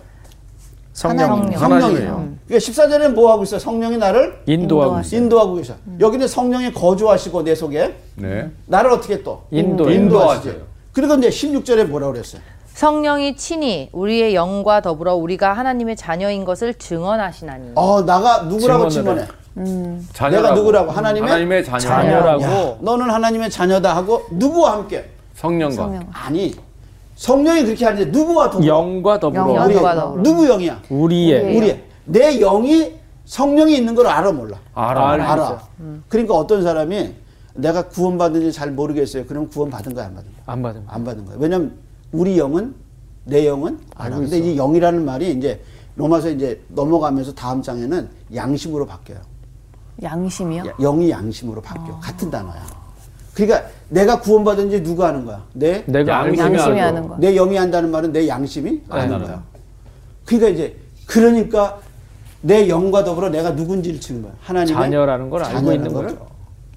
D: 성령.
F: 성령.
C: 성령이에요. 그러니까 14절에는 뭐 하고 있어? 성령이 나를
D: 음. 인도하고 있어요. 음.
C: 인도하고 계셔. 여기는 성령이 거주하시고 내 속에
A: 네.
C: 나를 어떻게 또
D: 인도.
C: 인도하시죠.
A: 인도하세요.
C: 그리고 이제 16절에 뭐라 그랬어요?
F: 성령이 친히 우리의 영과 더불어 우리가 하나님의 자녀인 것을 증언하시나니.
C: 어, 나가 누구라고
D: 증언을
C: 증언해?
D: 해.
A: 자녀라고.
C: 내가 누구라고? 하나님의?
A: 하나님의 자녀.
D: 자녀라고.
C: 야, 너는 하나님의 자녀다 하고 누구와 함께?
A: 성령과.
C: 아니 성령이 그렇게 하는데 누구와 더불어?
D: 영과 더불어
C: 우리,
F: 영과 더불어.
C: 누구 영이야?
D: 우리의
C: 우리 내 영이 성령이 있는 걸 알아 몰라?
D: 알아.
C: 알아. 그러니까 어떤 사람이 내가 구원받는지 잘 모르겠어요. 그럼 구원받은 거야 안 받은 거야?
D: 안 받은 거.
C: 안 받은 거야. 왜냐면 우리 영은 내 영은 알아. 근데 이 영이라는 말이 이제 로마서 이제 넘어가면서 다음 장에는 양심으로 바뀌어요.
B: 양심이요?
E: 예.
C: 야- 영이 양심으로 바뀌어. 같은 단어야. 그러니까 내가 구원받은지 누가 하는 거야? 내, 내,
D: 내가 알고
A: 양심이
B: 양심이
A: 알고.
B: 하는 거.
C: 영이 한다는 말은 내
D: 네.
C: 양심이 아는
A: 알아요.
C: 거야. 그러니까 이제 그러니까 내 영과 더불어 내가 누군지를 증거야 하나님의
D: 자녀라는 걸 알고 있는
C: 자녀라는 걸
D: 거죠.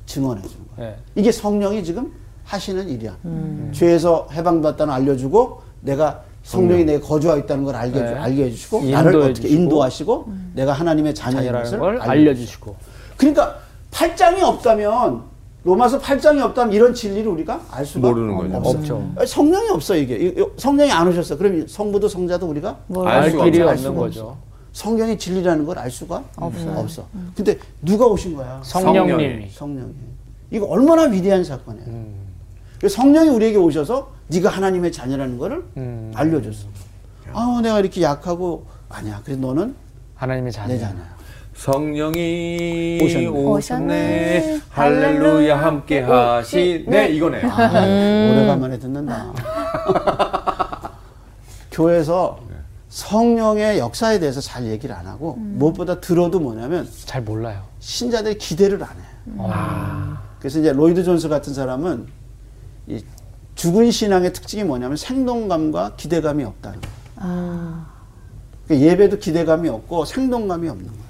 C: 증언해 주는 거야.
D: 예.
C: 이게 성령이 지금 하시는 일이야.
D: 음.
C: 죄에서 해방받았다는 알려주고 내가 성령이 내게 거주하고 있다는 걸 알게, 해주-
D: 네.
C: 알게 해주시고 나를
D: 인도해
C: 어떻게
D: 주시고.
C: 인도하시고 내가 하나님의 자녀인
D: 자녀라는
C: 것을
D: 걸
C: 음. 알려주시고.
D: 알려주시고
C: 그러니까 팔짱이 없다면 로마서 팔짱이 없다면 이런 진리를 우리가 알 수가
A: 모르는 거죠.
D: 없죠.
C: 아니, 성령이 없어 이게 이- 이- 성령이 안 오셨어. 그럼 성부도 성자도 우리가
A: 알
D: 알
A: 수가
D: 길이
A: 없죠.
D: 없는 거죠.
C: 성경의 진리라는 걸 알 수가 없어. 없어. 근데 누가 오신 거야?
D: 성령님이
C: 성령이. 이거 얼마나 위대한 사건이야.
A: 음.
C: 그래서 성령이 우리에게 오셔서 네가 하나님의 자녀라는 거를
A: 음.
C: 알려줬어. 아, 내가 이렇게 약하고 아니야. 그래서 너는
D: 하나님의
C: 내
D: 자녀.
C: 네, 자녀야.
A: 성령이
C: 오셨네.
A: 오셨네. 할렐루야 함께 하시네. 이거네. 아,
C: 오래간만에 듣는다. 교회에서 성령의 역사에 대해서 잘 얘기를 안 하고 무엇보다 들어도 뭐냐면
D: 잘 몰라요.
C: 신자들이 기대를 안 해. 그래서 이제 로이드 존스 같은 사람은 이
B: 아.
C: 죽은 신앙의 특징이 뭐냐면 생동감과 기대감이 없다는 거. 그러니까 예배도 기대감이 없고 생동감이 없는 거예요.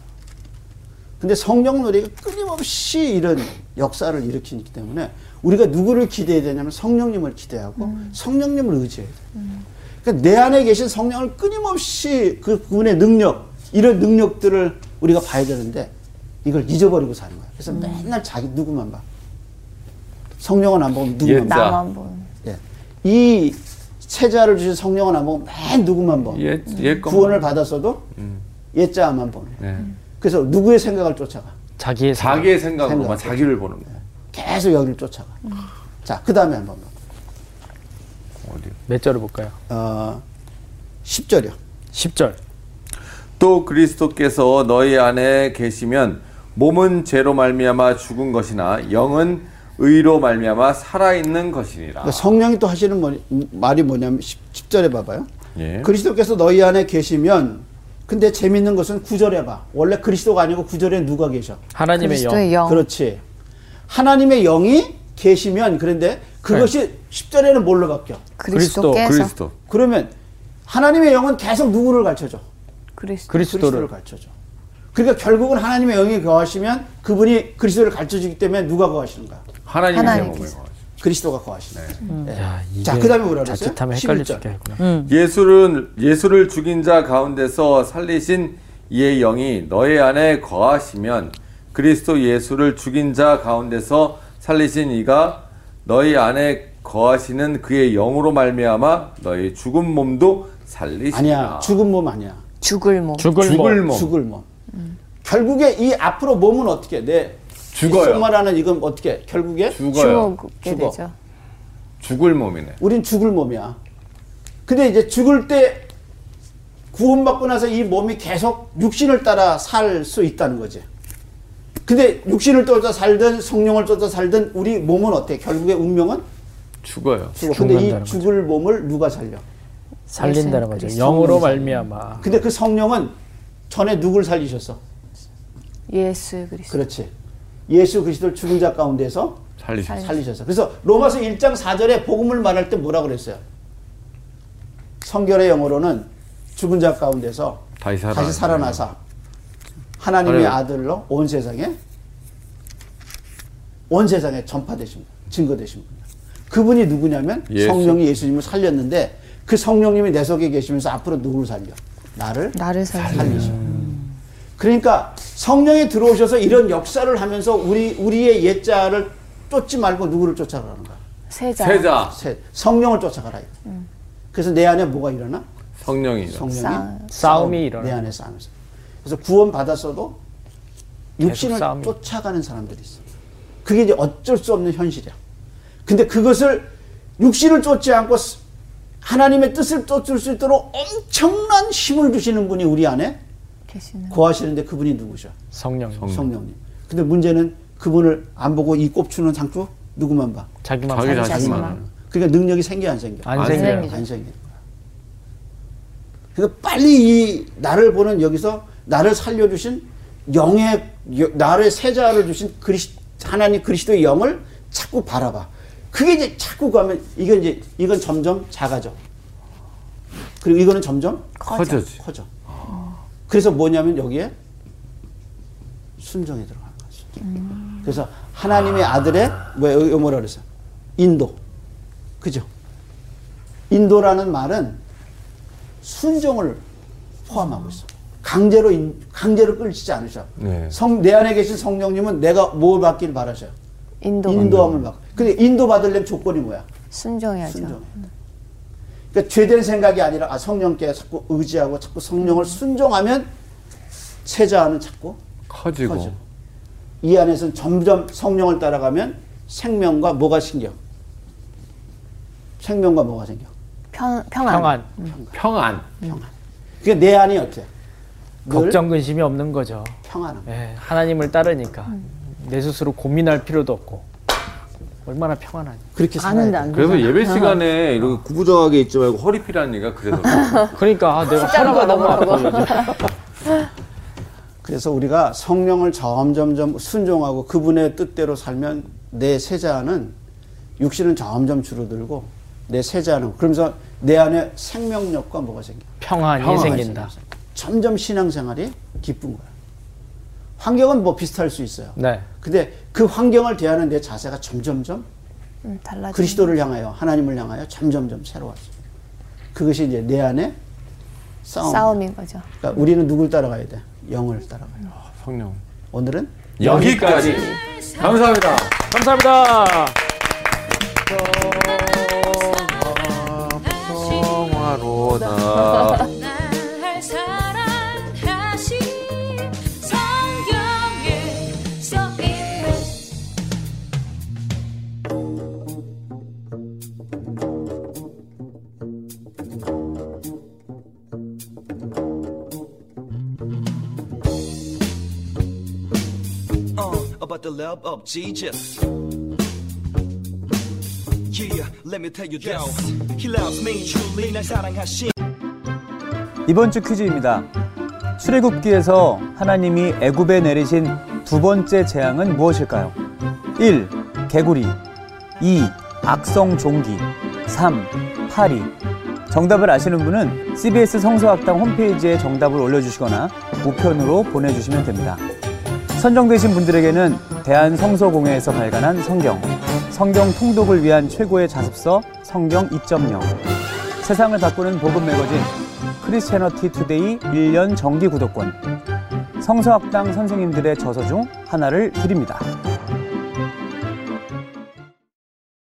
C: 근데 성령놀이가 끊임없이 이런 역사를 일으키기 때문에 우리가 누구를 기대해야 되냐면 성령님을 기대하고 성령님을 의지해야 돼요. 그러니까 내 안에 계신 성령을 끊임없이 그 그분의 능력, 이런 능력들을 우리가 봐야 되는데 이걸 잊어버리고 사는 거야. 그래서 맨날 자기 누구만 봐. 성령은 안 보면 누구만
A: 옛사.
C: 봐.
B: 나만 보는.
C: 예. 이 세자를 주신 성령은 안 보고 맨 누구만 봐.
A: 옛- 옛 것만. 음.
C: 구원을 받았어도 옛자만 보네.
A: 네.
C: 그래서 누구의 생각을 쫓아가?
D: 자기의 생각.
A: 자기의 생각으로만
C: 생각.
A: 자기를 보는 거예요.
C: 계속 여기를 쫓아가. 자, 그 다음에 한번 봐.
A: 어디?
D: 몇 절을 볼까요?
C: 어, 10절이요.
D: 10절.
A: 또 그리스도께서 너희 안에 계시면 몸은 죄로 말미암아 죽은 것이나 영은 의로 말미암아 살아 있는 것이니라.
C: 그러니까 성령이 또 하시는 뭐- 말이 뭐냐면 10, 절에 봐봐요.
A: 예.
C: 그리스도께서 너희 안에 계시면 근데 재밌는 것은 9절에 봐. 원래 그리스도가 아니고 9절에 누가 계셔?
D: 하나님의 영.
E: 그리스도의 영.
C: 그렇지. 하나님의 영이 계시면 그런데 그것이
A: 네.
C: 10절에는 뭘로 바뀌어?
D: 그리스도,
E: 그리스도께서
A: 그리스도.
C: 그러면 하나님의 영은 계속 누구를 가르쳐줘?
B: 그리스도.
D: 그리스도를.
C: 가르쳐줘. 그러니까 결국은 하나님의 영이 거하시면 그분이 그리스도를 가르쳐주기 때문에 누가 거하시는 거야?
A: 하나님의
E: 하나님께서.
A: 제목을 거
C: 그리스도가 거하시는 거야. 예,
D: 야, 이게
C: 자, 그다음에 뭐라 그랬어요?
D: 자칫하면 헷갈릴 수
C: 11절.
D: 있게 했구나.
A: 음. 예수를 예수를 죽인 자 가운데서 살리신 이의 영이 너희 안에 거하시면 그리스도 예수를 죽인 자 가운데서 살리신 이가 너희 안에 거하시는 그의 영으로 말미암아 너희 죽은 몸도 살리시라.
C: 아니야. 죽은 몸 아니야.
B: 죽을 몸.
D: 죽을, 뭐?
A: 죽을 뭐?
D: 몸.
A: 몸.
C: 죽을 몸. 결국에 이 앞으로 몸은 어떻게 해? 내
A: 죽어요.
C: 말하는 이건 어떻게 해? 결국에
A: 죽어요.
B: 죽게
C: 죽어.
B: 되죠.
A: 죽을 몸이네.
C: 우린 죽을 몸이야. 근데 이제 죽을 때 구원받고 나서 이 몸이 계속 육신을 따라 살 수 있다는 거지. 근데 육신을 쫓아 살든 성령을 쫓아 살든 우리 몸은 어때? 결국에 운명은
A: 죽어요.
C: 죽어. 근데
D: 죽는다는
C: 이 죽을 몸을 누가 살려?
D: 살린다는 거죠. 영으로 말미암아.
C: 근데 그 성령은 전에 누굴 살리셨어?
B: 예수 그리스도.
C: 그렇지. 예수 그리스도를 죽은 자 가운데서
A: 살리신.
C: 살리셨어. 그래서 로마서 1장 4절에 복음을 말할 때 뭐라 그랬어요? 성결의 영어로는 죽은 자 가운데서
A: 다시 살아-
C: 살아나사
A: 아니.
C: 하나님의 아들로 온 세상에 온 세상에 전파되신 분, 증거되신 분. 그분이 누구냐면
A: 예수.
C: 성령이 예수님을 살렸는데 그 성령님이 내 속에 계시면서 앞으로 누구를 살려? 나를
E: 나를 살리
C: 살리죠. 그러니까 성령이 들어오셔서 이런 역사를 하면서 우리 우리의 옛자를 쫓지 말고 누구를 쫓아가는 거야?
B: 세자.
A: 세자
C: 셋. 성령을 쫓아가라. 이거. 그래서 내 안에 뭐가 일어나?
A: 성령이라.
C: 성령이
B: 음. 싸움.
D: 싸움이
C: 내
D: 일어나.
C: 안에 싸움에서. 그래서 구원 받았어도 육신을
D: 싸움이.
C: 쫓아가는 사람들이 있어. 그게 이제 어쩔 수 없는 현실이야. 근데 그것을 육신을 쫓지 않고 스- 하나님의 뜻을 쫓을 수 있도록 엄청난 힘을 주시는 분이 우리 안에
B: 계시는.
C: 거하시는데 그분이 누구죠?
D: 성령.
A: 성-
C: 성령님. 근데 문제는 그분을 안 보고 이 꼽추는 상추 누구만 봐.
D: 자기만
A: 자기
D: 살리자.
A: 자신만.
B: 자신만.
C: 그러니까 능력이 생겨 안 생겨?
D: 안
A: 안
D: 생겨요.
E: 생기죠.
C: 안 생기는 거야. 그래서 빨리 이 나를 보는 여기서 나를 살려주신 영의 여- 나를 세자를 주신 그리스 하나님 그리스도의 영을 자꾸 바라봐. 그게 이제 자꾸 가면 이건 이제 이건 점점 작아져. 그리고 이거는 점점
A: 커져지.
C: 커져. 그래서 뭐냐면 여기에 순종이 들어간 거죠. 그래서 하나님의 아. 들의뭐 여기 뭐라 그랬어? 인도. 그죠? 인도라는 말은 순종을 포함하고 있어. 강제로 인, 강제로 끌지 않으셔.
A: 네.
C: 성, 내 안에 계신 성령님은 내가 뭘 받길 바라셔요?
B: 인도.
C: 인도함을 받. 근데 인도 받으려면 조건이 뭐야?
B: 순종해야죠.
C: 순종. 그러니까 죄된 생각이 아니라 아, 성령께 자꾸 의지하고 자꾸 성령을 순종하면 세자는 자꾸
A: 커지고.
C: 커져. 이 안에서는 점점 성령을 따라가면 생명과 뭐가 생겨? 생명과 뭐가 생겨?
B: 평 평안.
D: 평안.
A: 평안.
C: 그게 내 안이 어때? 늘
D: 걱정 근심이 없는 거죠.
C: 평안함.
D: 예, 하나님을 따르니까 내 스스로 고민할 필요도 없고 얼마나 평안하니.
C: 그렇게
B: 아는데
C: 살아야 돼.
B: 안
A: 그래서
B: 되잖아.
A: 예배 시간에 이렇게 구부정하게 있지 말고 허리 피라는 얘기가 그래서
D: 그러니까 아, 내가 허리가 너무 아파.
C: 그래서 우리가 성령을 점점점 순종하고 그분의 뜻대로 살면 내 세자는 육신은 점점 줄어들고 내 세자는 그러면서 내 안에 생명력과 뭐가 생겨?
D: 평안이
A: 평안이
D: 생긴다.
C: 생겨. 점점 신앙생활이 기쁜 거야. 환경은 뭐 비슷할 수 있어요.
D: 네.
C: 근데 그 환경을 대하는 내 자세가 점점점
B: 음, 달라지.
C: 그리스도를 향하여 하나님을 향하여 점점점 새로워져. 그것이 이제 내 안에 싸움.
B: 싸움인 거죠.
C: 그러니까 우리는 누굴 따라가야 돼? 영을 따라가요.
A: 아, 성령.
C: 오늘은
A: 여기까지. 감사합니다.
D: 감사합니다.
A: 평화로다.
G: 날 사랑하신 성경에 써있는
H: uh, about the love of Jesus. Yeah, let me tell you this. He loves me truly. 날 사랑하신
I: 이번 주 퀴즈입니다. 출애굽기에서 하나님이 애굽에 내리신 두 번째 재앙은 무엇일까요? 1. 개구리 2. 악성 종기 3. 파리 정답을 아시는 분은 CBS 성서학당 홈페이지에 정답을 올려주시거나 우편으로 보내주시면 됩니다. 선정되신 분들에게는 대한성서공회에서 발간한 성경, 성경 통독을 위한 최고의 자습서 성경 2.0, 세상을 바꾸는 복음 매거진 크리스채너티 투데이 1년 정기 구독권 성서학당 선생님들의 저서 중 하나를 드립니다.